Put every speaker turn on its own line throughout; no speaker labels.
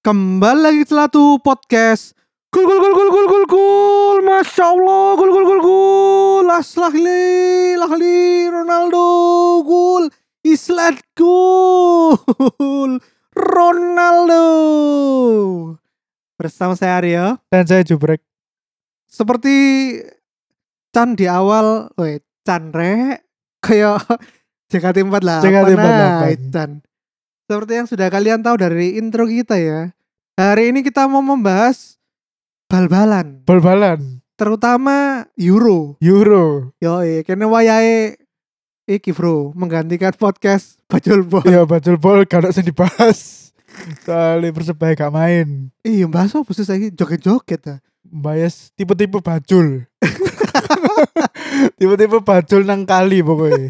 Kembali lagi setelah tuh podcast Gul gul gul gul gul gul gul Masya Allah gul gul gul gul Aslahli lahli Ronaldo gul Island gul Ronaldo Bersama saya Aryo
Dan saya jubrek.
Seperti Chan di awal Weh Chan re Kayak JKT48
JKT48.
Nah, Chan Seperti yang sudah kalian tahu dari intro kita ya Hari ini kita mau membahas Bal-balan
Bal-balan.
Terutama Euro
Euro.
Yoi, kene wayahe iki bro menggantikan podcast Bajul Boy.
Ya bacul bol gak ada yang dibahas. Soalnya persebaya gak main.
Iya, mbak apa sih saiki joget-joget ta.
Bayas tipe-tipe bacul. tipe-tipe bacul nang kali pokoknya.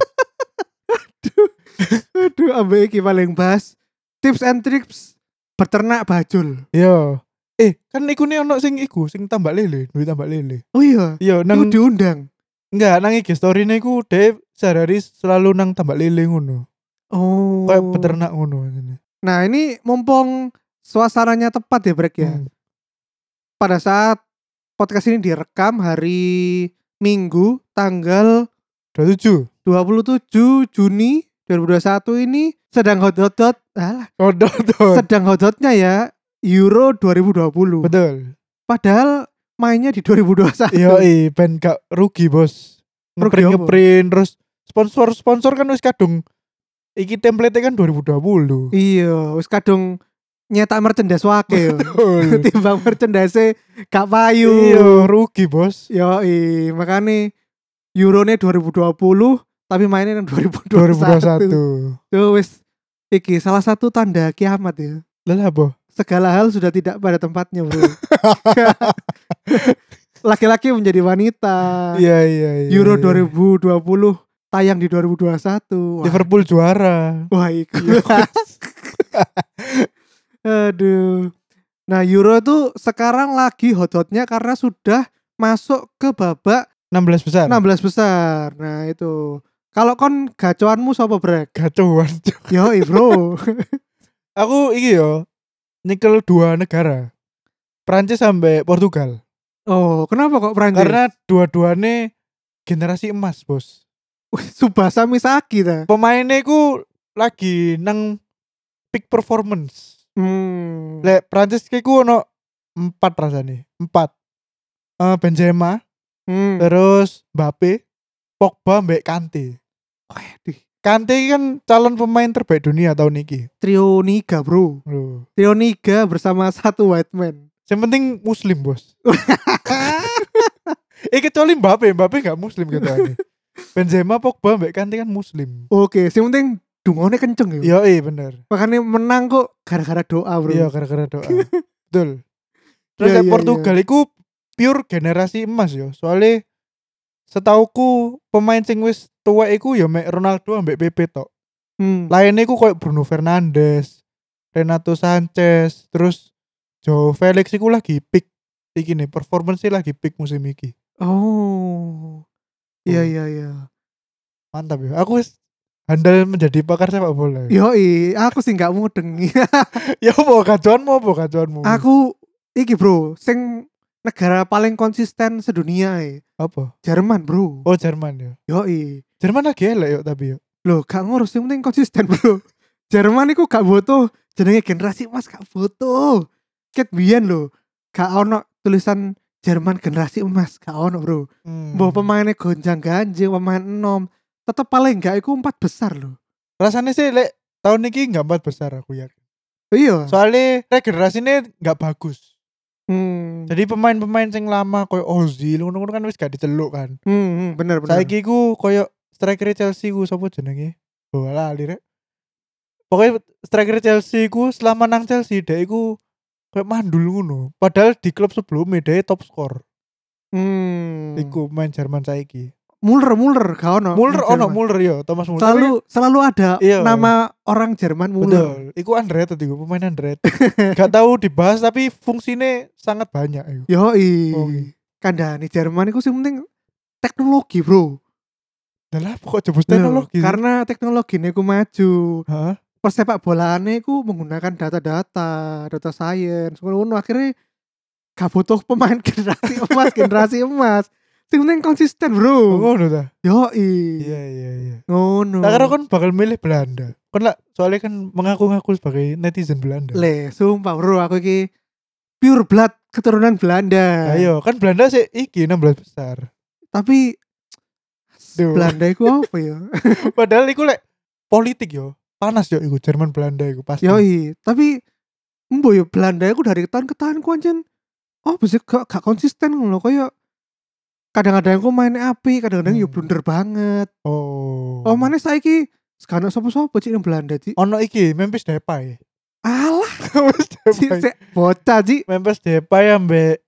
Aduh, ambe iki paling bahas tips and tricks beternak bajul.
Yo. Eh, kan iku nih ono sing iku, sing tambak lele, duit tambak lele.
Oh iya,
Yo,
nang
nang
diundang.
enggak nang IG story nih ku deh sehari-hari selalu nang tambak lele ngono.
Oh.
Kayak peternak ngono.
Nah, ini mumpung suasananya tepat ya, Brek ya.
Hmm.
Pada saat podcast ini direkam hari Minggu tanggal
Dua tujuh.
27 Juni 2021 ini sedang hot-hot-hot. Alah,
Kodok tuh.
sedang hot-hotnya ya Euro 2020.
Betul.
Padahal mainnya di 2021.
Iya, ben gak rugi, Bos.
Rugi apa?
Ngeprint ngeprint terus sponsor-sponsor kan wis kadung iki template kan 2020.
Iya, wis kadung nyetak merchandise wake yo.
Betul.
Timbang merchandise gak payu.
Iya, rugi, Bos.
Yo, makane Eurone 2020 tapi mainnya yang 2021.
2021.
Yo wis iki salah satu tanda kiamat ya.
Lah apa?
Segala hal sudah tidak pada tempatnya, Bro. Laki-laki menjadi wanita.
Iya, iya, iya.
Ah. Euro
iya.
2020 tayang di 2021. Wah,
Liverpool juara.
Wah, iku. Aduh. Nah, Euro itu sekarang lagi hot-hotnya karena sudah masuk ke babak
16 besar.
16 besar. Nah, itu. Kalau kon gacoanmu sapa, Brek?
Gacuan.
Yo, Bro.
Aku iki yo nyekel dua negara. Prancis sampai Portugal.
oh, kenapa kok Prancis?
Karena dua-duane generasi emas, Bos.
Wih, Tsubasa Misaki ta.
pemainnya ku lagi nang peak performance.
Hmm.
Lek Prancis ki ku ono empat rasane, empat. Eh, Benzema,
Hmm.
terus Mbappe, Pogba, Mbak Kante.
Waduh,
Kante ki kan calon pemain terbaik dunia tahun ini.
Trio Niga, Bro.
Loh.
Trio Niga bersama satu white man.
Yang penting muslim, Bos. eh kecuali Mbappe, Mbappe gak muslim katanya. Benzema, Pogba, Mbak Kante kan muslim.
Oke, sing penting dungone kenceng ya.
Iya, eh bener.
Makanya menang kok gara-gara doa, Bro.
Iya, gara-gara doa. Betul. Terus
Iya,
lek
iya,
Portugal iku pure generasi emas yo. Soale setauku pemain sing wis tua iku ya mek Ronaldo ambek Pepe tok.
Hmm.
Lainnya iku koyo Bruno Fernandes, Renato Sanchez, terus Joe Felix iku lagi peak iki nih performance lagi peak musim iki.
Oh. Iya,
Hmm.
iya, iya.
Mantap yo. Aku wis handal menjadi pakar sepak bola. yo.
Yoi, aku sih nggak mudeng.
Ya mau kacuanmu apa kacuanmu?
aku iki, Bro, sing negara paling konsisten sedunia eh.
apa?
Jerman, Bro.
Oh Jerman yo.
Yoi.
Jerman lagi elek yo tapi yo.
Loh, gak ngurus yang penting konsisten, Bro. Jerman iku gak butuh jenenge generasi emas gak butuh. Ket biyen lho, gak ono tulisan Jerman generasi emas gak ono, Bro.
Hmm.
Mbah pemainnya gonjang-ganjing, pemain enom. Tetep paling gak iku empat besar lho.
Rasanya sih lek tahun ini nggak empat besar aku ya.
Iya.
soalnya regenerasinya nggak bagus
hmm.
jadi pemain-pemain yang lama koyo Ozil ngono-ngono kan wis gak diceluk kan
Hmm, hmm, bener bener.
saiki ku koyo striker Chelsea ku sapa jenenge oh lali rek pokoknya striker Chelsea ku selama nang Chelsea dia ku kayak mandul ngono padahal di klub sebelumnya dia top skor
Hmm.
iku pemain Jerman saiki
Muller Muller gak ono.
Muller
Jerman.
ono Muller yo Thomas Muller
Selalu selalu ada
Oh, Iya.
nama orang Jerman
Tapi-
Muller.
betul iku underrated iku pemain underrated gak tahu dibahas tapi fungsinya sangat banyak iku
Yoi.
Oke.
Kandani Jerman itu sih penting teknologi, Bro.
Lah, pokok
Loh,
jebus teknologi.
Karena teknologi ini maju.
Hah?
persepak bolane iku menggunakan data-data, data science. Ngono akhirnya gak butuh pemain generasi emas, generasi emas. Sing penting konsisten, Bro.
Oh, ngono ta
Yoi.
iya iya iya
Ngono.
tak kira kon bakal milih Belanda kon lah soalnya kan mengaku-ngaku sebagai netizen Belanda
Le, sumpah bro, aku iki pure blood keturunan Belanda.
ayo kan Belanda sih iki 16 besar
Tapi
Duh.
Belanda iku apa ya?
padahal iku lek politik yo panas yo iku Jerman Belanda iku pasti
Yoi, tapi embo yo Belanda iku dari tahun ke tahun ku anjen oh bisa gak, gak konsisten ngono koyo kadang-kadang ku main api, kadang-kadang yo
Hmm.
blunder banget.
oh
Oh, mana saiki sekarang sapa-sapa cik nang Belanda cik.
ono iki Memphis Depay
Alah,
Memphis
cik
Depay
cik bocah cik.
Memphis Depay ambek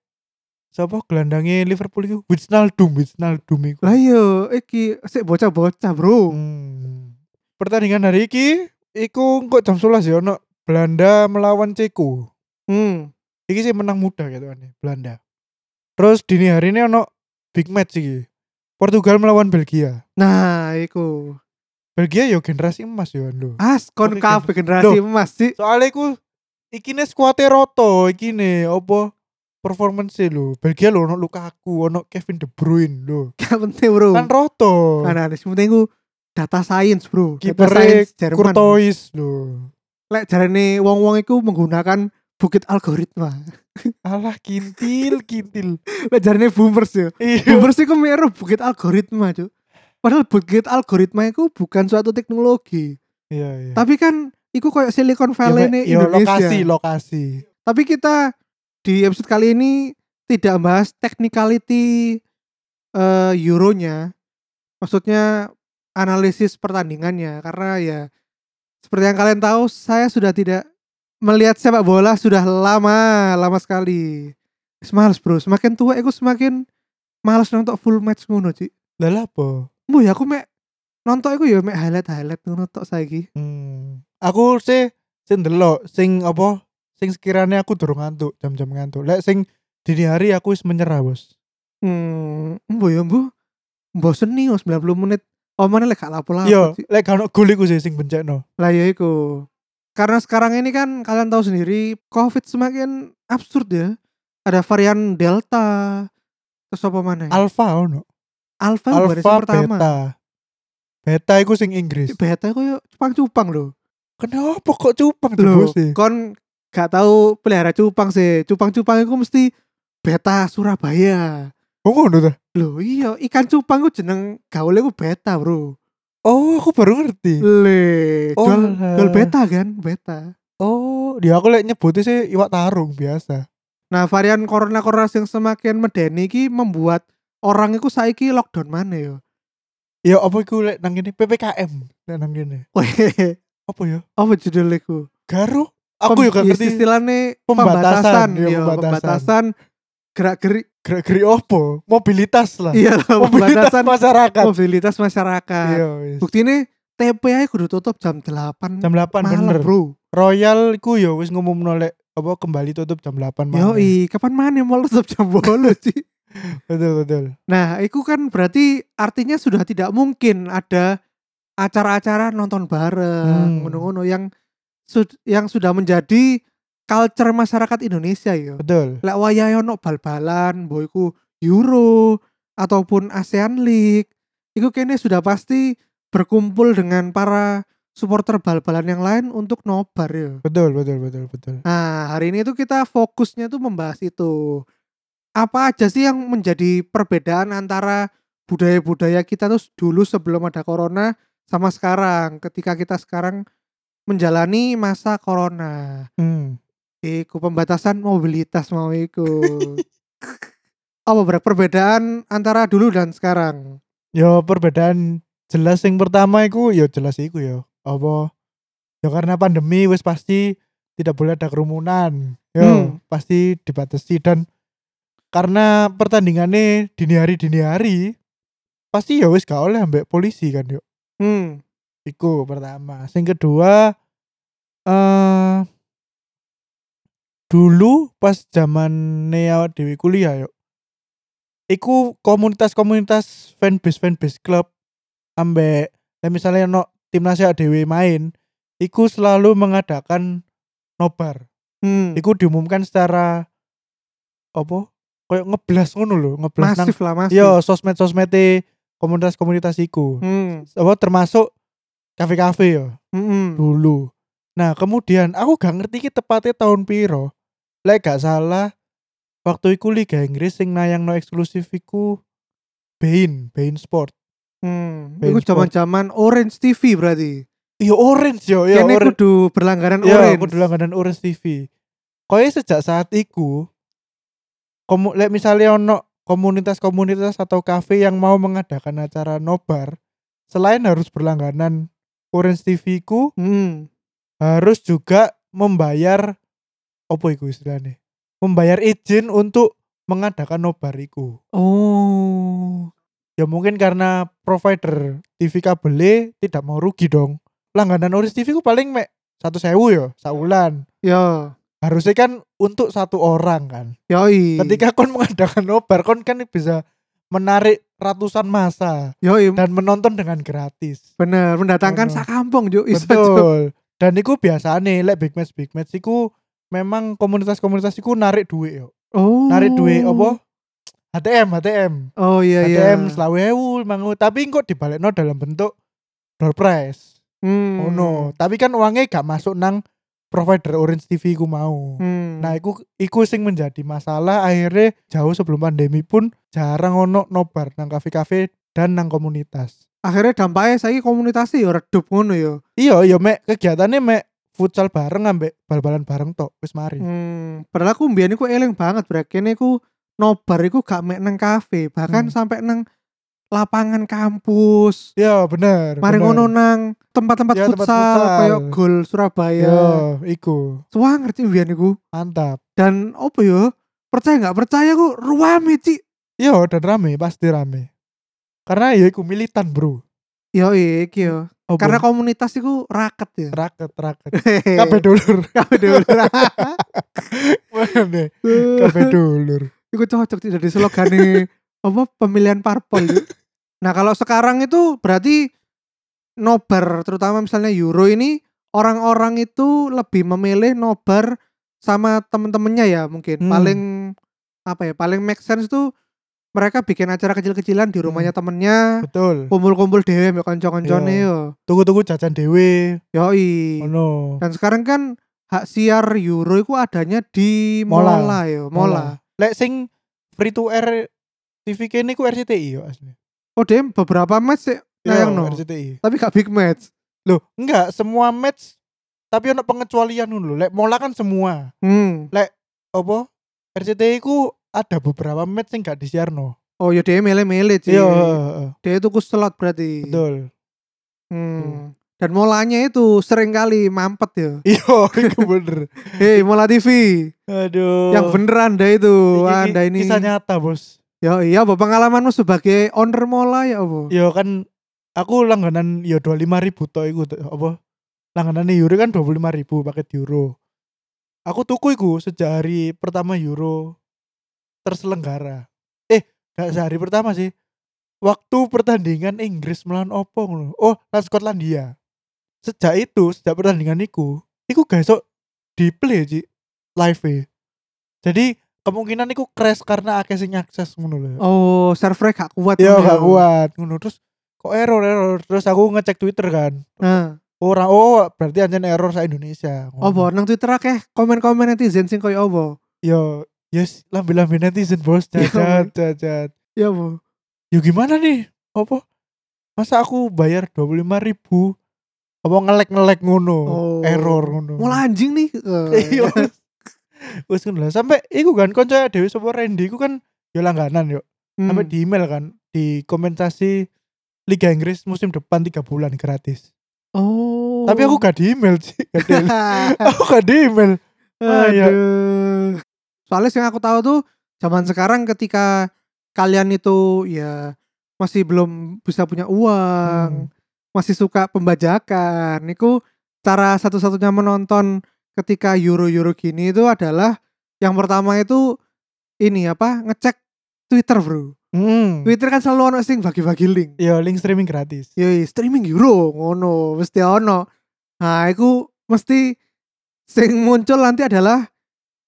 sapa gelandangnya Liverpool iku Wijnaldum Wijnaldum iku
Lah yo iki sik bocah-bocah, Bro.
Hmm. Pertandingan hari iki iku kok jam 11 ya ono Belanda melawan Ceko.
Hmm.
Iki sih menang mudah gitu aneh, Belanda. Terus dini hari ini ono big match iki. Portugal melawan Belgia.
Nah, iku.
Belgia yo generasi emas yo Ando.
Askon
Oke,
kabeh generasi emas sih.
Soalnya iku ikine skuate roto ikine opo performance lho. Belgia lho ono Lukaku, ono Kevin De Bruyne lho.
Gak penting bro
Kan roto.
Kan ada penting ku data science bro Data
Kipernya
science Jerman
Courtois lho.
Lek jarane wong-wong iku menggunakan bukit algoritma
Alah kintil kintil.
Lek jarane boomers yo
Iya.
Boomers iku mero bukit algoritma cuk Padahal bukit algoritma itu bukan suatu teknologi
Iya iya.
Tapi kan Iku kayak Silicon Valley
Ya,
nih
ya,
Indonesia
lokasi lokasi
Tapi kita Di episode kali ini Tidak bahas technicality eh, Euronya Maksudnya Analisis pertandingannya Karena ya Seperti yang kalian tahu Saya sudah tidak Melihat sepak bola sudah lama Lama sekali Semales bro Semakin tua aku semakin Males nonton full match ngono Ci
lah lah apa
Bu ya aku mek Nonton aku ya mek highlight-highlight ngono tok saiki
hmm. aku sih sing delok sing apa sing sekiranya aku durung ngantuk jam-jam ngantuk lek sing dini hari aku wis menyerah bos
Hmm Bu ya bu Bosen nih 90 menit Omannya lek gak
yo
lapo-lapo Ci.
lek gak ono gol iku sih sing bencekno
Lah ya iku. Karena sekarang ini kan kalian tahu sendiri COVID semakin absurd ya. Ada varian Delta terus apa mana? ya?
alfa ono
Alpha baris
alfa
yang pertama.
beta beta iku sing Inggris
Beta kok yuk cupang-cupang loh.
kenapa kok cupang tuh
Loh,
bos sih
kon gak tahu pelihara cupang sih. Cupang-cupang itu mesti beta Surabaya.
Oh, ngono ta
Loh iya, ikan cupang ku jeneng gaulnya ku beta, Bro.
oh aku baru ngerti
Le,
Oh,
jual,
lah.
jual beta kan, beta.
oh dia aku lek nyebutnya sih iwak tarung biasa
Nah, varian corona-corona yang semakin medeni iki membuat orang itu saiki lockdown mana yo.
ya apa iku lek nang kene PPKM lek nang kene
Weh,
apa ya
apa judulnya iku?
Garo aku
Pem- iya,
juga ngerti
istilahnya
Pembatasan,
pembatasan,
iya,
yo,
pembatasan.
pembatasan gerak-gerik.
gerak-gerik opo mobilitas lah
Iya,
Ah. mobilitas
pembatasan
masyarakat
mobilitas masyarakat.
iya wis.
Bukti ini TPA kudu tutup jam 8
jam 8
malam,
bener
Bro.
Royal iku ya wis ngumum nolek apa kembali tutup jam 8 malam
Yoi, kapan mana mau tutup jam 8 sih?
betul betul
Nah, itu kan berarti artinya sudah tidak mungkin ada acara-acara nonton bareng,
Hmm.
ngono-ngono yang sud- yang sudah menjadi culture masyarakat Indonesia ya.
betul
Lek wayahe ono bal-balan, mbok iku Euro ataupun ASEAN League, iku kene sudah pasti berkumpul dengan para supporter bal-balan yang lain untuk nobar ya.
betul betul betul betul
Nah, hari ini tuh kita fokusnya tuh membahas itu. Apa aja sih yang menjadi perbedaan antara budaya-budaya kita tuh dulu sebelum ada corona sama sekarang ketika kita sekarang menjalani masa corona.
hmm.
Iku pembatasan mobilitas mau iku. Apa ber- perbedaan antara dulu dan sekarang?
ya perbedaan jelas yang pertama iku ya jelas iku ya apa ya karena pandemi wis pasti tidak boleh ada kerumunan ya
Hmm.
pasti dibatasi dan karena pertandingannya dini hari dini hari pasti ya wis gak oleh ambek polisi kan yo
Hmm.
iku pertama sing kedua eh dulu pas zaman neo dewi kuliah yuk iku komunitas-komunitas fanbase fanbase klub ambek nah misalnya no timnasnya dewi main iku selalu mengadakan nobar.
Hmm.
Iku diumumkan secara apa? Kayak ngeblas ngono lho, ngeblas nang
Masif lah masif.
yo sosmed-sosmede komunitas-komunitas iku.
Hmm.
Apa termasuk kafe-kafe yo
Mm-mm.
dulu. Nah, kemudian aku gak ngerti iki tepatnya tahun piro. Lek gak salah waktu iku Liga Inggris sing nayangno eksklusif iku Bein, Bein Sport.
Hmm.
Bein
Iku
Sport.
zaman-zaman Orange TV berarti.
Iya orange yo, yo
Kene
orange.
kudu berlangganan
Iya,
Orange.
aku dulu langganan Orange TV. Koe sejak saat iku komu, lek misalnya ono komunitas-komunitas atau kafe yang mau mengadakan acara nobar, selain harus berlangganan Orange TV ku,
Hmm.
harus juga membayar opo iku istilahnya? Membayar izin untuk mengadakan nobar iku.
Oh.
Ya mungkin karena provider TV kabel E tidak mau rugi dong. Langganan Orange TV ku paling mek satu sewu yo, saulan.
Ya,
harusnya kan untuk satu orang kan
yoi.
ketika kon mengadakan nobar kon kan bisa menarik ratusan masa
yoi
dan menonton dengan gratis
bener mendatangkan
Bener.
sakampung juk iso Cuk.
Oh. betul dan iku biasane lek big match big match iku memang komunitas-komunitas iku narik duit ya. yo
Oh.
narik duit apa HTM HTM
Oh iya iya.
HTM selawe ewu mangu tapi kok dibalekno dalam bentuk door prize
Hmm.
oh no tapi kan uangnya gak masuk nang provider Orange TV ku mau
Hmm.
Nah, iku iku sing menjadi masalah akhirnya jauh sebelum pandemi pun jarang ono nobar nang kafe-kafe dan nang komunitas.
akhirnya dampaknya saya komunitas ya redup ngono ya.
Iya, iya mek kegiatannya mek futsal bareng ambek bal-balan bareng tok wis mari.
Hmm. Padahal aku mbiyen iku eling banget brek kene iku nobar iku gak mek nang kafe, bahkan
Hmm.
sampai nang lapangan kampus.
Iya, bener.
Mari
bener.
ngono nang tempat-tempat
Ya, tempat
futsal
futsal.
kayak Gol Surabaya.
Iya, iku.
Wah, ngerti mbiyen iku.
Mantap.
Dan apa ya? Percaya nggak percaya e, aku ruame, Ci.
Iya, dan rame, pasti rame. Karena ya iku militan, Bro.
Yo iya, iki yo.
Apa?
Karena komunitas iku raket ya.
raket, raket. Kabeh dulur.
kabeh dulur.
Mana? Kabeh dulur.
Iku cocok Cik, jadi slogan apa pemilihan parpol. Cik. nah, kalau sekarang itu berarti nobar terutama misalnya Euro ini orang-orang itu lebih memilih nobar sama temen-temennya ya mungkin
Hmm.
paling apa ya paling make sense tuh mereka bikin acara kecil-kecilan di rumahnya
Hmm.
temennya
Betul.
kumpul-kumpul dhewe mbek kanca-kancane
Iya.
yo
Tunggu-tunggu jajan dewe.
yoi
Ono.
Dan sekarang kan hak siar Euro itu adanya di
Mola.
Mola, ya, Mola.
Lek sing free to air TV kene ku RCTI yo asli.
Oh, dia beberapa match sih nayangno.
RCTI.
Tapi gak big match.
Loh, enggak semua match tapi ono pengecualian dulu. Lek mola kan semua.
Hmm.
Apa? RCTI ku ada beberapa match sing gak disiarno.
Oh, ya dia mele-mele sih.
Iya, heeh.
Dia itu slot berarti.
betul.
Hmm. Dan Molanya itu sering kali mampet ya.
Iya, iku bener. Iya.
Hei, Mola TV.
Aduh.
Yang bener Anda itu. Wah, anda ini.
kisah nyata, Bos.
Ya iya, apa pengalamanmu sebagai owner Mola ya apa?
Yo kan aku langganan yo 25.000 ribu to iku to, apa langganan euro kan 25.000 paket euro aku tuku iku sejak hari pertama euro terselenggara eh gak sehari pertama sih waktu pertandingan Inggris melawan opo ngono oh lawan Skotlandia sejak itu sejak pertandingan iku iku besok di play Ci, live -e. jadi kemungkinan iku crash karena akeh sing akses ngono lho
Oh, servernya gak kuat. ngono
Iya
ya.
gak kuat ngono terus kok error error terus aku ngecek Twitter kan.
Nah,
Ora oh berarti anjen error sa Indonesia.
apa nang Twitter akeh komen-komen netizen sing koyo apa?
Yo yes lambe-lambe netizen bos
Iya,
cacat cacat.
Ya apa?
Yo gimana nih? Apa? Masa aku bayar 25.000 ribu apa ngelek-ngelek ngono,
Oh.
error ngono.
Mulai anjing nih. Eh,
Iya. Wes ngono lah sampai iku kan konco Dewi Sopo Randy iku kan yo langganan yo.
Hmm.
Sampai di email kan di kompensasi Liga Inggris musim depan 3 bulan gratis.
Oh.
Tapi aku gak di email sih. Gak di aku gak di email. Ah, iya.
Aduh. Soalnya yang aku tahu tuh zaman sekarang ketika kalian itu ya masih belum bisa punya
Hmm.
uang, masih suka pembajakan. Itu cara satu-satunya menonton ketika euro-euro gini itu adalah yang pertama itu ini apa? Ngecek Twitter, Bro.
Hmm. Iya.
Twitter kan selalu ono sing bagi-bagi link. Iya.
Yo link streaming gratis.
Yoi, streaming euro ngono mesti ono Nah, iku mesti sing muncul nanti adalah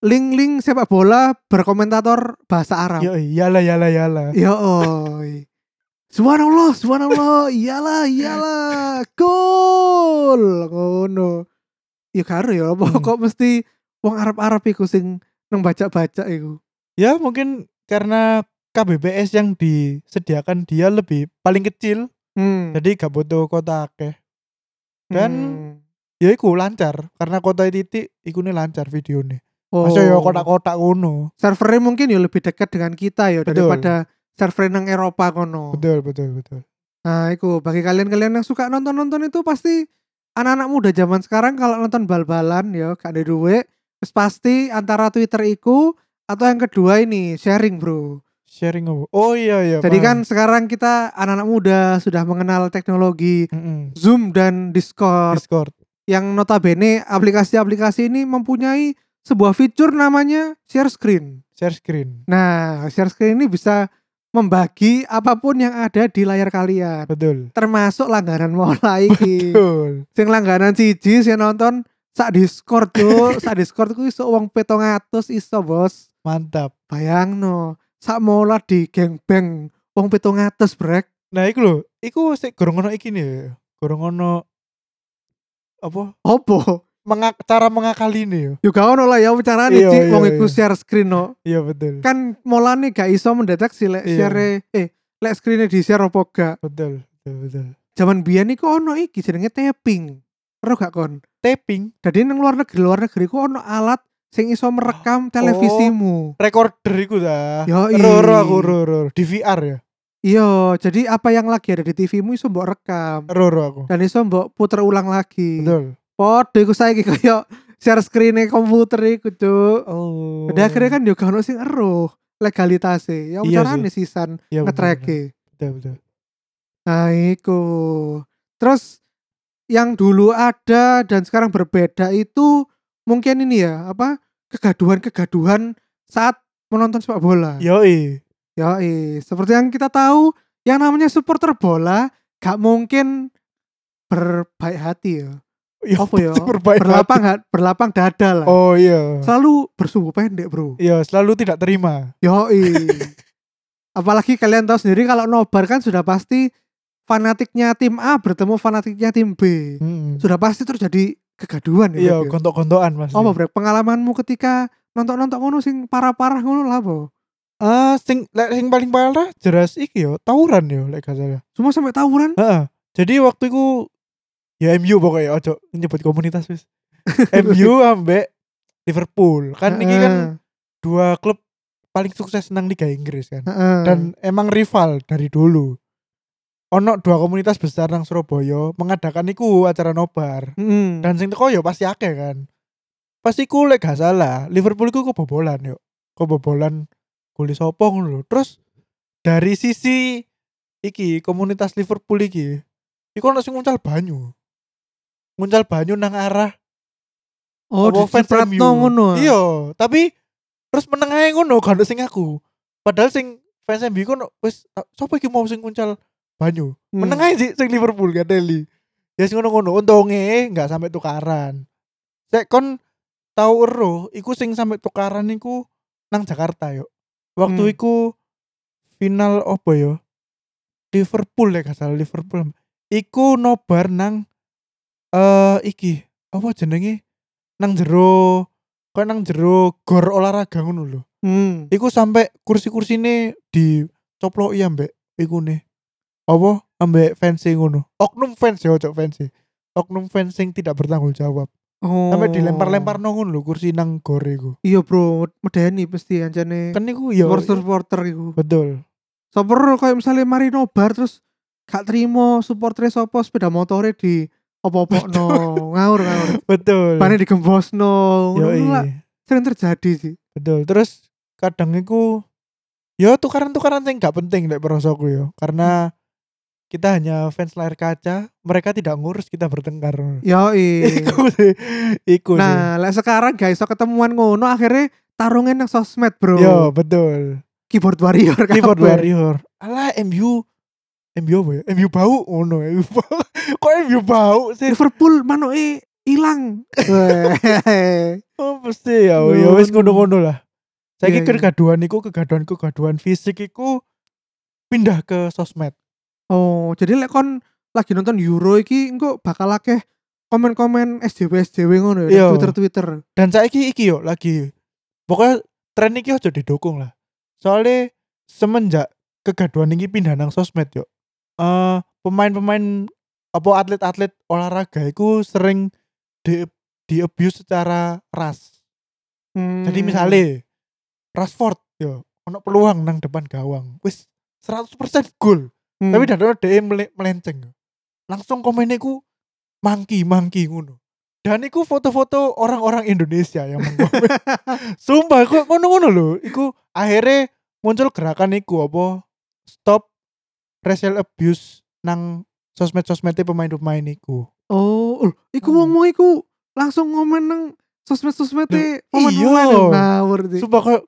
link-link sepak bola berkomentator bahasa Arab.
Ya iyalah iyalah iyalah.
Ya oi. Subhanallah, subhanallah. Iyalah, iyalah. Gol. Ngono. Ya karo ya apa
Hmm.
kok mesti wong Arab-Arab iku sing nang baca-baca iku.
Ya mungkin karena KBBS yang disediakan dia lebih paling kecil,
Hmm.
jadi gak butuh kota akeh. dan-
Hmm.
Ya iku lancar karena kota titik iku nih lancar videonya.
hmm. oh.
Masa ya kotak-kotak ngono.
servernya mungkin ya lebih dekat dengan kita ya
Betul.
daripada server nang Eropa kono.
Betul betul betul.
Nah, iku bagi kalian-kalian yang suka nonton-nonton itu pasti anak-anak muda zaman sekarang kalau nonton bal-balan ya gak ada duit, terus pasti antara Twitter iku atau yang kedua ini sharing, Bro.
Sharing apa? Oh iya iya.
Jadi kan sekarang kita anak-anak muda sudah mengenal teknologi
mm
Zoom dan kan Discord
Discord.
yang notabene aplikasi-aplikasi ini mempunyai sebuah fitur namanya share screen.
share screen.
Nah, share screen ini bisa membagi apapun yang ada di layar kalian,
Betul.
termasuk langganan mola iki.
Betul.
Sing langganan siji sing nonton sak Discord tuh, sak Discord ku iso wong 700 iso, Bos.
Mantap.
Bayangno, sak mola di gengbeng wong 700, Brek.
Nah, iku lho, iku sik gorong ono iki nih. ya. Gorong ono apa?
Opo?
Mengak, cara mengakali nih yo.
Yo gak ono lah ya bicarane
Iya,
Cik,
iya,
wong iku
iya.
share screen no.
Iya betul.
Kan molane gak iso mendeteksi lek
Iya.
share eh lek screen di share opo gak.
Betul. Betul. betul.
Zaman biyen iku ono iki jenenge tapping. Ero gak kon?
Taping,
Jadi nang luar negeri luar negeri ku ono alat sing iso
Oh.
merekam televisimu.
recorder iku ta.
Yoi.
Roro Ah, aku roro. DVR ya.
Iya, jadi apa yang lagi ada di TV-mu iso mbok rekam
Roro aku.
dan iso mbok puter ulang lagi.
Betul.
Podho iku saiki koyo share screen komputer iku, Cuk.
Oh.
Pada akhirnya kan juga ono sing eruh legalitasnya. Ya
Iya
carane sisan
ya,
ngetrake.
Betul betul.
Nah, iku. oh. Terus yang dulu ada dan sekarang berbeda itu mungkin ini ya, apa? kegaduhan-kegaduhan saat menonton sepak bola.
Iya. Yoi.
Yoi, seperti yang kita tahu, yang namanya supporter bola gak mungkin berbaik hati ya.
Yo,
Apa ya?
Berbaik
Berlapang hat- berlapang dada lah.
hati. Oh iya.
Selalu bersumbu pendek, Bro.
Iya, selalu tidak terima.
Yoi. Apalagi kalian tahu sendiri kalau nobar kan sudah pasti fanatiknya tim A bertemu fanatiknya tim B.
Mm-mm.
Sudah pasti terjadi kegaduan ya.
Iya,
Bro.
gontok-gontokan Mas.
Apa Brek? pengalamanmu ketika nonton-nonton ngono sing parah-parah ngono lah, Bo?
Ah, sing lek sing paling parah jelas iki yo, tawuran yo lek gak salah.
Semua sampai tawuran.
Heeh. Jadi waktu iku ya MU pokoknya ojo nyebut komunitas wis. MU ambek Liverpool. Kan iki kan dua klub paling sukses nang Liga Inggris kan.
Heeh.
Dan emang rival dari dulu. Ono dua komunitas besar nang Surabaya mengadakan iku acara nobar.
Mm-mm.
Dan sing teko yo pasti akeh kan. Pasti ku lek gak salah, Liverpool iku kebobolan yo. Kebobolan gol sapa ngono lho. Terus dari sisi iki komunitas Liverpool iki iku ono sing nguncal banyu. Nguncal banyu nang arah
Oh,
apa fans
dicipratno
MU.
ngono. ah.
Iya, tapi terus menengahnya ngono gak ada sing aku. Padahal sing fans MU kono wis ah, sapa iki mau sing kuncal banyu.
Hmm.
Menengahnya sih sing Liverpool gak Deli. Ya sing ngono-ngono Oh, untunge gak sampai tukaran. Sek kon tau ero iku sing sampai tukaran iku nang Jakarta yo. Waktu
Hmm.
iku final opo yo? Liverpool ya gak salah Liverpool. Iku nobar nang eh iki apa jenenge? Nang jero kok nang jero gor olahraga ngono lho.
Mm.
Iku sampai kursi-kursi ini dicoploki ambek iku nih. Apa? Ambek fans e ngono. Oknum fans ya ojo fans. Oknum fans sing tidak bertanggung jawab.
Oh.
Sampai dilempar-lempar nongon lho kursi nang gor iku.
Iya, Bro. Medeni pasti ancane
Kan iku ya
supporter-supporter iku.
betul.
Soper kayak misalnya mari nobar terus gak terima supporter sopo sepeda motornya di opo-opo no ngawur ngawur
Betul.
Bane digembos no
Yoi.
sering terjadi sih
Betul. Terus kadang iku ya tukaran-tukaran sing gak penting lek perasaanku ya. Karena kita hanya fans layar kaca, mereka tidak ngurus kita bertengkar.
yoi
Iku sih. Iku sih.
nah lek sekarang guys so ketemuan ngono akhirnya tarungin nang sosmed bro
Yo, betul.
keyboard warrior
Keyboard
kabeh.
warrior. Alah MU MU apa ya? MU bau ngono. MU bau. Kok MU bau sih?
Liverpool manoke ilang. Weh.
Oh, pasti ya. Ya wis ngono-ngono lah. Ya,
Iya,
Saiki
iya.
kegaduhan iku kegaduhan kegaduhan fisik iku pindah ke sosmed.
oh, jadi lek kon lagi nonton Euro iki engko bakal akeh komen-komen SJW SJW ngono ya
Iya.
Twitter Twitter.
Dan saiki iki yo lagi pokoknya tren iki aja didukung lah. Soalnya semenjak kegaduhan iki pindah nang sosmed yo. Eh pemain-pemain apa atlet-atlet olahraga iku sering di, di abuse secara ras. Jadi
Hmm.
misalnya Rashford yo ono peluang nang depan gawang. Wis 100% gol. Tapi
tapi
dadone dhek e mele- melenceng. Langsung komennya ku mangki-mangki ngono. Dan iku foto-foto orang-orang Indonesia yang mengkomen. Sumpah kok ngono-ngono lho. Iku akhirnya muncul gerakan iku apa? Stop racial abuse nang sosmed-sosmednya pemain-pemain iku.
oh, lho, iku
Hmm.
wong-wong iku langsung ngomen nang sosmed-sosmed
Lho,
pemain-pemain.
iya.
Ngawur sih.
Sumpah kok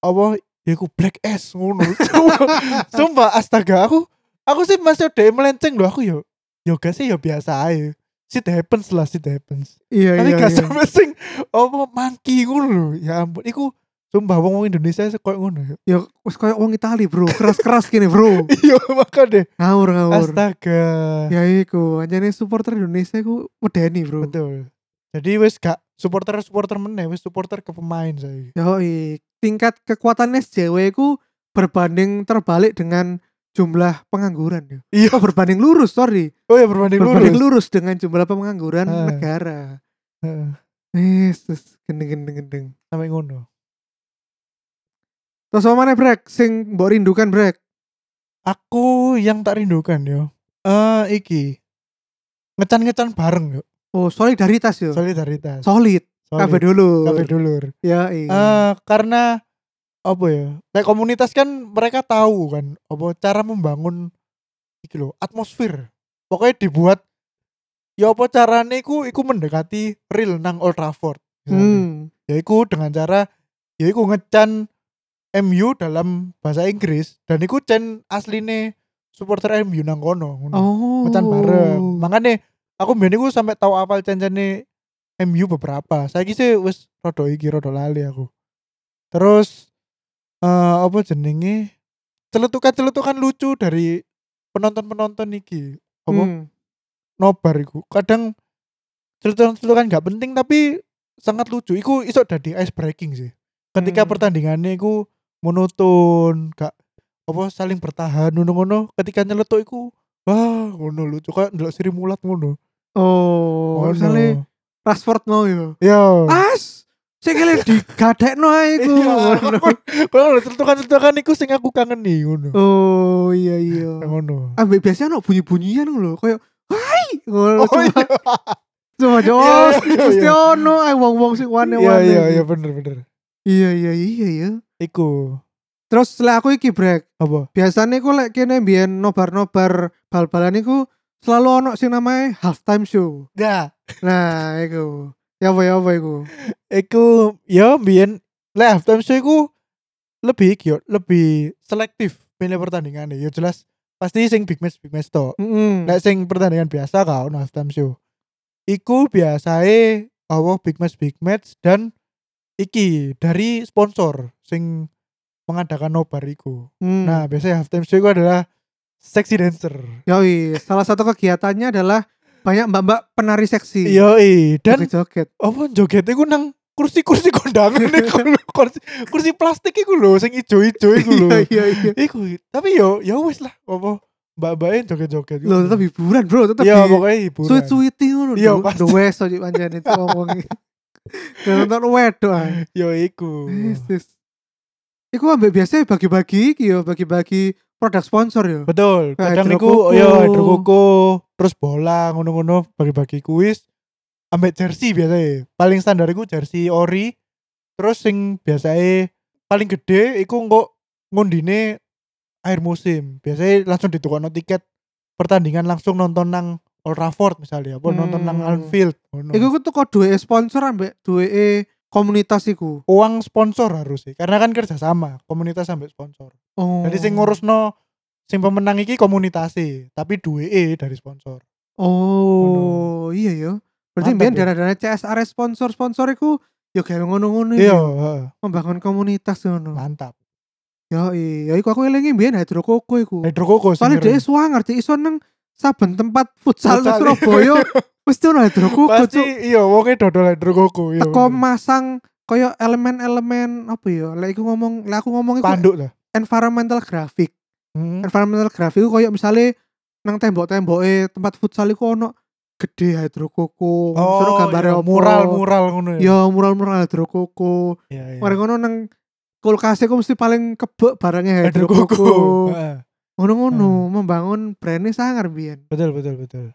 apa ya aku black ass ngono. Sumpah astaga aku aku sih masih ada melenceng loh aku yo. Yo gak sih yo biasa aja. Shit happens lah, shit happens.
Iya
Tapi
iya.
gak
iya.
sampe sing apa mangki ngono lho. Ya ampun iku sumpah wong wong Indonesia koyo ngono yo.
Ya wis koyo wong Itali, Bro. Keras-keras gini, Bro.
Iya makane.
Ngawur ngawur.
Astaga.
Ya iku, anjane supporter Indonesia iku medeni, Bro.
Betul. Jadi wis gak supporter-supporter meneh, wis supporter ke pemain saya.
Yoi, tingkat kekuatan SJW ku berbanding terbalik dengan jumlah pengangguran ya.
Iya.
Oh, berbanding lurus, sorry.
Oh ya berbanding
Berbanding lurus
lurus.
dengan jumlah pengangguran
Ah.
negara.
Heeh,
Yesus, gendeng gendeng gendeng.
Sampai ngono.
Terus apa mana brek? Sing mbok rindukan brek?
Aku yang tak rindukan yo. Eh iki. Ngecan-ngecan bareng yo.
Oh, solidaritas yo.
Solidaritas.
Solid. Kabeh
Solid.
dulu.
Kabeh dulur.
Ya iya.
Eh karena apa ya? Kayak komunitas kan mereka tahu kan apa cara membangun iki lho, atmosfer. Pokoknya dibuat ya apa carane iku iku mendekati real nang Old Trafford. misalnya.
Hmm.
Yaiku dengan cara yaiku ngecan MU dalam bahasa Inggris dan iku cen asline supporter MU nang kono ngono.
Oh.
iya. Macan bareng. Makanya aku biar aku sampai tahu apal cencene MU beberapa. Saya sih wis rodo iki rodo lali aku. Terus eh apa jenenge? Celetukan-celetukan lucu dari penonton-penonton iki. Apa
Hmm.
nobar iku. Kadang celetukan-celetukan gak penting tapi sangat lucu. Iku iso dadi ice breaking sih. Ketika
Hmm.
pertandingannya iku monoton, gak apa saling bertahan ngono-ngono, ketika nyeletuk iku wah ngono lucu kayak ndelok siri mulat ngono.
Oh, misalnya Rashford mau yo.
ya.
As, sing kalian digadekno ae iku.
Iya, Kalau celetukan-celetukan iku sing aku kangeni ngono.
Oh iya iya.
Ngono.
Ambek biasanya ono bunyi-bunyian lho, koyo hai ngono
Oh iya.
cuma
Iya,
jos
iya, iya,
mesti
iya.
ono ae wong-wong sing
Iya
wane-wane.
iya iya bener bener.
iya iya iya iya.
Iku
Terus lah aku iki brek.
apa?
Biasanya aku lek kene mbiyen nobar-nobar bal-balan iku selalu ono sing namanya halftime show.
Ya,
Nah, iku. Ya apa ya apa iku?
iku ya mbiyen lek halftime show iku lebih iki yo, lebih selektif pilih pertandingan ya jelas pasti sing big match big match to
Heeh.
lek sing pertandingan biasa kau no halftime show iku biasae apa big match big match dan iki dari sponsor sing mengadakan nobar iku
mm. Hmm.
nah biasanya halftime show iku adalah sexy dancer
Yoi, salah satu kegiatannya adalah banyak mbak-mbak penari seksi.
yoi Iya, dan
joget.
apa jogetnya iku nang kursi-kursi kondangan iku lho. kursi, kursi plastik iku lho sing ijo-ijo iku lho
Iya iya iya.
Iku, tapi yo yo wis lah apa mbak-mbaknya joget-joget
Loh, tetap hiburan, Bro, tetap.
Iya, pokoknya hiburan.
Suit-suiti ngono.
Iya,
Duh,
pasti.
duh, wes aja panjang itu ngomong. Nonton wedok ae.
Yo iku.
Yesus. Iku ambek biasa bagi-bagi iki yo, bagi-bagi produk sponsor yo.
Betul.
Kayak
Kadang
hidro
iku
kuku.
yo hidro kuku, terus bola ngono-ngono bagi-bagi kuis. Ambek jersey biasanya. Paling standar iku jersey ori. Terus sing biasanya paling gede iku engko ngundine akhir musim. Biasanya langsung ditukokno tiket pertandingan langsung nonton nang Old Trafford misalnya apa nonton nang
Hmm.
Anfield ngono.
Iku ku teko duwe sponsor ambek duwe komunitas iku.
uang sponsor harus sih karena kan kerjasama komunitas sampai sponsor
Oh.
jadi sing ngurusno sing pemenang iki komunitasé, tapi duwe dari sponsor.
Oh, iya ya. Berarti
Mantap
mbiyen
ya.
daerah-daerah CSR sponsor-sponsor iku ya gawe ngono-ngono ya.
Iya, heeh,
membangun komunitas ngono.
mantap.
Ya iya, iku aku elingi mbiyen Hydro Koko iku.
Hydro Koko sing
Soalnya dia
ngeri.
suwanger, dia iso nang saben tempat futsal nang
Futsal.
Surabaya. Mesti ono Hydro Koko
pasti
cuk.
iya wonge dodol Hydro Koko iya.
Teko masang koyo elemen-elemen apa ya? Lek iku ngomong, lek aku ngomong iku
Panduk lah.
environmental graphic.
Hmm.
Environmental graphic iku koyo misale nang tembok-temboke tempat futsal iku ono gede Hydro Koko, ngono gambare
Oh, iya,
apa.
mural-mural ngono ya.
Ya mural-mural Hydro Koko.
Iya, iya.
Mari ngono nang kulkasnya ku mesti paling kebek barangnya Hydro
Hydro Koko.
Koko.
Eh, Heeh, Hmm.
Ngono-ngono membangun brandnya sangar biyen.
Betul betul betul.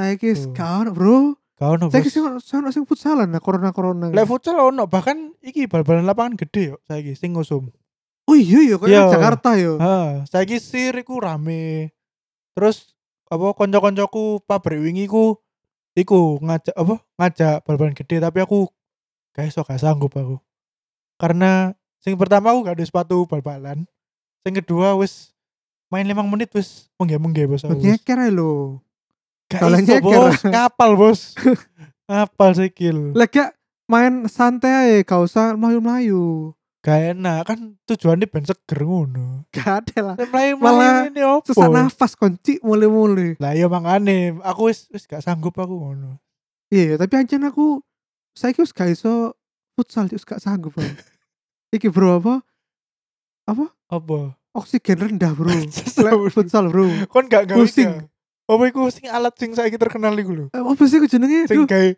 Saya kis
Tuh.
gak ono, Bro.
Kau ono.
Saya
bos.
kis ono ono sing futsalan nah corona-corona.
Lek futsal ono bahkan iki bal-balan lapangan gede yo saiki sing ngusum.
Oh iya ya koyo
Iya.
nang Jakarta yo.
Heeh, saiki sir iku rame. Terus apa kanca-kancaku pabrik wingi ku iku ngajak apa ngajak bal-balan gede tapi aku gak iso gak sanggup aku. Karena sing pertama aku gak ada sepatu bal-balan. Sing kedua wis main limang menit wis menggeh-menggeh bos aku. wis.
Nyeker ae lho.
Gak
Kalau
iso
nyeker.
bos, kapal bos. kapal sikil.
Lek gak main santai ae, gak usah mlayu-mlayu.
Gak enak kan tujuannya ben seger ngono.
Gak ada lah.
Nek mlayu-mlayu
Malah
ini opo?
Susah nafas kunci mulai-mulai.
Lah iya mangane, aku wis wis gak sanggup aku ngono.
Iya, tapi anjen aku saiki wis gak iso futsal, wis gak sanggup. Bro. Iki bro apa?
Apa?
Oksigen rendah, Bro. Lek
Sesawur.
futsal, Bro.
Kon gak gawe
Pusing.
ya? Apa iku sing alat sing saiki terkenal iku lho.
Eh, Apa sih ku jenenge?
Sing
Duh,
gawe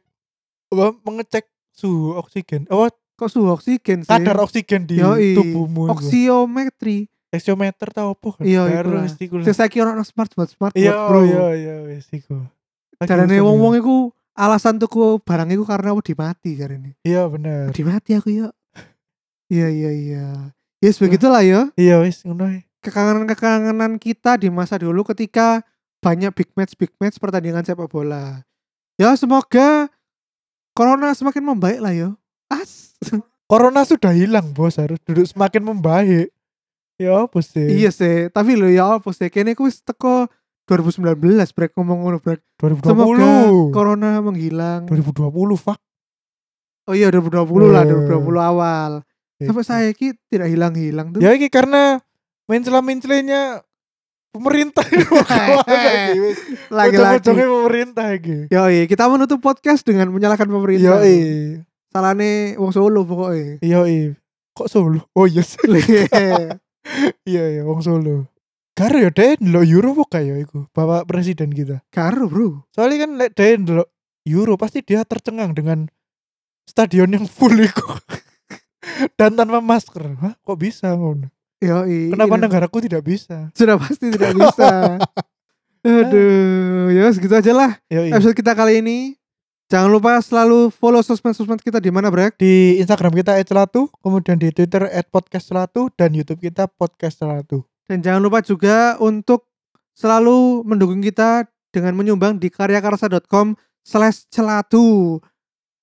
apa mengecek suhu oksigen. Oh,
kok suhu oksigen sih?
kadar oksigen di
Yoi.
tubuhmu. iku.
Oksiometri.
Taksiometer tau apa? kan?
Iya,
Baru
iku lah.
wis iku lah.
Sing saiki ono nang smart buat smart
Iya,
buat, Bro.
iya, iya wis iku. Lagi
Jarane
musim
wong-wong
ya.
iku alasan tuku barang iku karena wedi mati jarane.
Iya bener.
Wedi mati aku yo. Iya, iya, iya. Yes, begitulah ya.
Iya wis ngono ae.
kekangenan-kekangenan kita di masa dulu ketika banyak big match big match pertandingan sepak bola. Ya semoga corona semakin membaik lah yo. As.
Corona sudah hilang, Bos. Harus duduk semakin membaik. Ya apa sih?
iya sih, tapi lo ya apa sih kene ku wis teko 2019 brek ngomong ngono brek.
2020.
Semoga corona menghilang.
2020 fuck.
Oh iya 2020 lah,
Eh.
2020 awal. Sampai
Itu.
saya ki tidak hilang-hilang tuh.
Iya. Ya ini karena mencela-mencelanya pemerintah ini
Eh, Lagi-lagi.
pemerintah iki.
Yoi, kita menutup podcast dengan menyalahkan
Yo
pemerintah. Salahnya wong Solo pokoknya.
yo Kok Solo? Oh yes. Iya iya wong Solo. Karo ya deh ndelok Euro kok ya iku, Bapak Presiden kita.
Karo bro.
Soalnya kan lek deh ndelok Euro pasti dia tercengang dengan stadion yang full iku. Dan tanpa masker. Hah, kok bisa ngono?
Yo,
Kenapa
iya.
negaraku tidak bisa?
sudah pasti tidak bisa. Aduh, ya segitu aja lah
Yo
episode kita kali ini. Jangan lupa selalu follow sosmed-sosmed kita di mana, Brek?
di Instagram kita @celatu, kemudian di Twitter @podcastcelatu dan YouTube kita podcastcelatu.
Dan jangan lupa juga untuk selalu mendukung kita dengan menyumbang di karyakarsa.com slash celatu.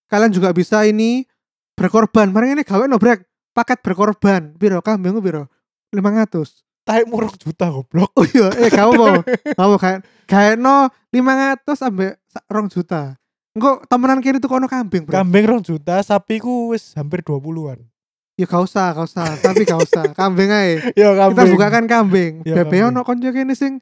Kalian juga bisa ini berkorban. Mari ini gawe no, Brek. Paket berkorban. Biro, kambingku biro. 500.
Tai murung juta goblok.
Oh iya, eh kamu mau kamu kayak kayak no 500 sampai sa- rong juta. Engko temenan kiri tuh kono kambing, Bro.
Kambing rong juta, sapi ku wis hampir 20-an.
Ya gak usah, gak usah. Tapi gak usah. Kambing aja. Kita
Yo
kan?
kambing.
bukakan kambing.
Iya,
Bebe
kambing.
ono konco kene sing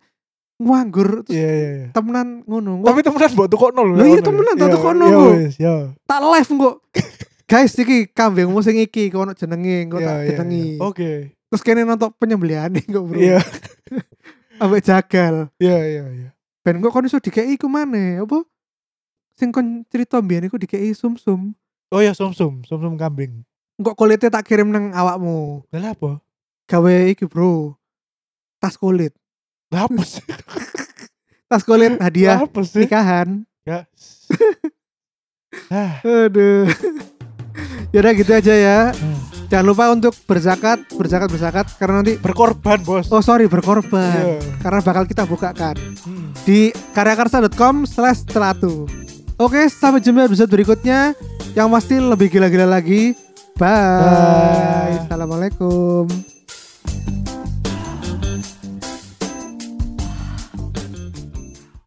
nganggur terus
Iya iya iya.
temenan ngono. Engko
Tapi temenan mbok tukokno lho.
Lah iya,
ono ya.
temenan tak
Yo,
tukokno
yo
ku.
wis, Yo.
tak live engko. Guys, iki kambingmu sing iki kono jenenge, engko
Yo,
tak
yo,
jenengi.
yo. Oke.
Terus kene nonton penyembelihan engko, Bro.
Oh. Iya
Ambek jagal.
iya iya iya.
Ben engko kono iso dikeki iku maneh, apa? Sing kon cerita mbiyen iku dikeki sumsum.
Oh ya sumsum, sumsum kambing.
Engko kulitnya tak kirim nang awakmu.
Lah apa?
gawe iki bro tas kulit
Lah apa sih?
tas kulit
Lah
hadiah
apa sih?
nikahan
Ya. Ah.
aduh yaudah gitu aja ya
Hmm.
jangan lupa untuk berzakat berzakat berzakat karena nanti
Berkorban, Bos.
oh sorry berkorban
Iya.
karena bakal kita bukakan
Hmm.
di karyakarsa.com slash celatu oke sampai jumpa di episode berikutnya yang pasti lebih gila-gila lagi bye.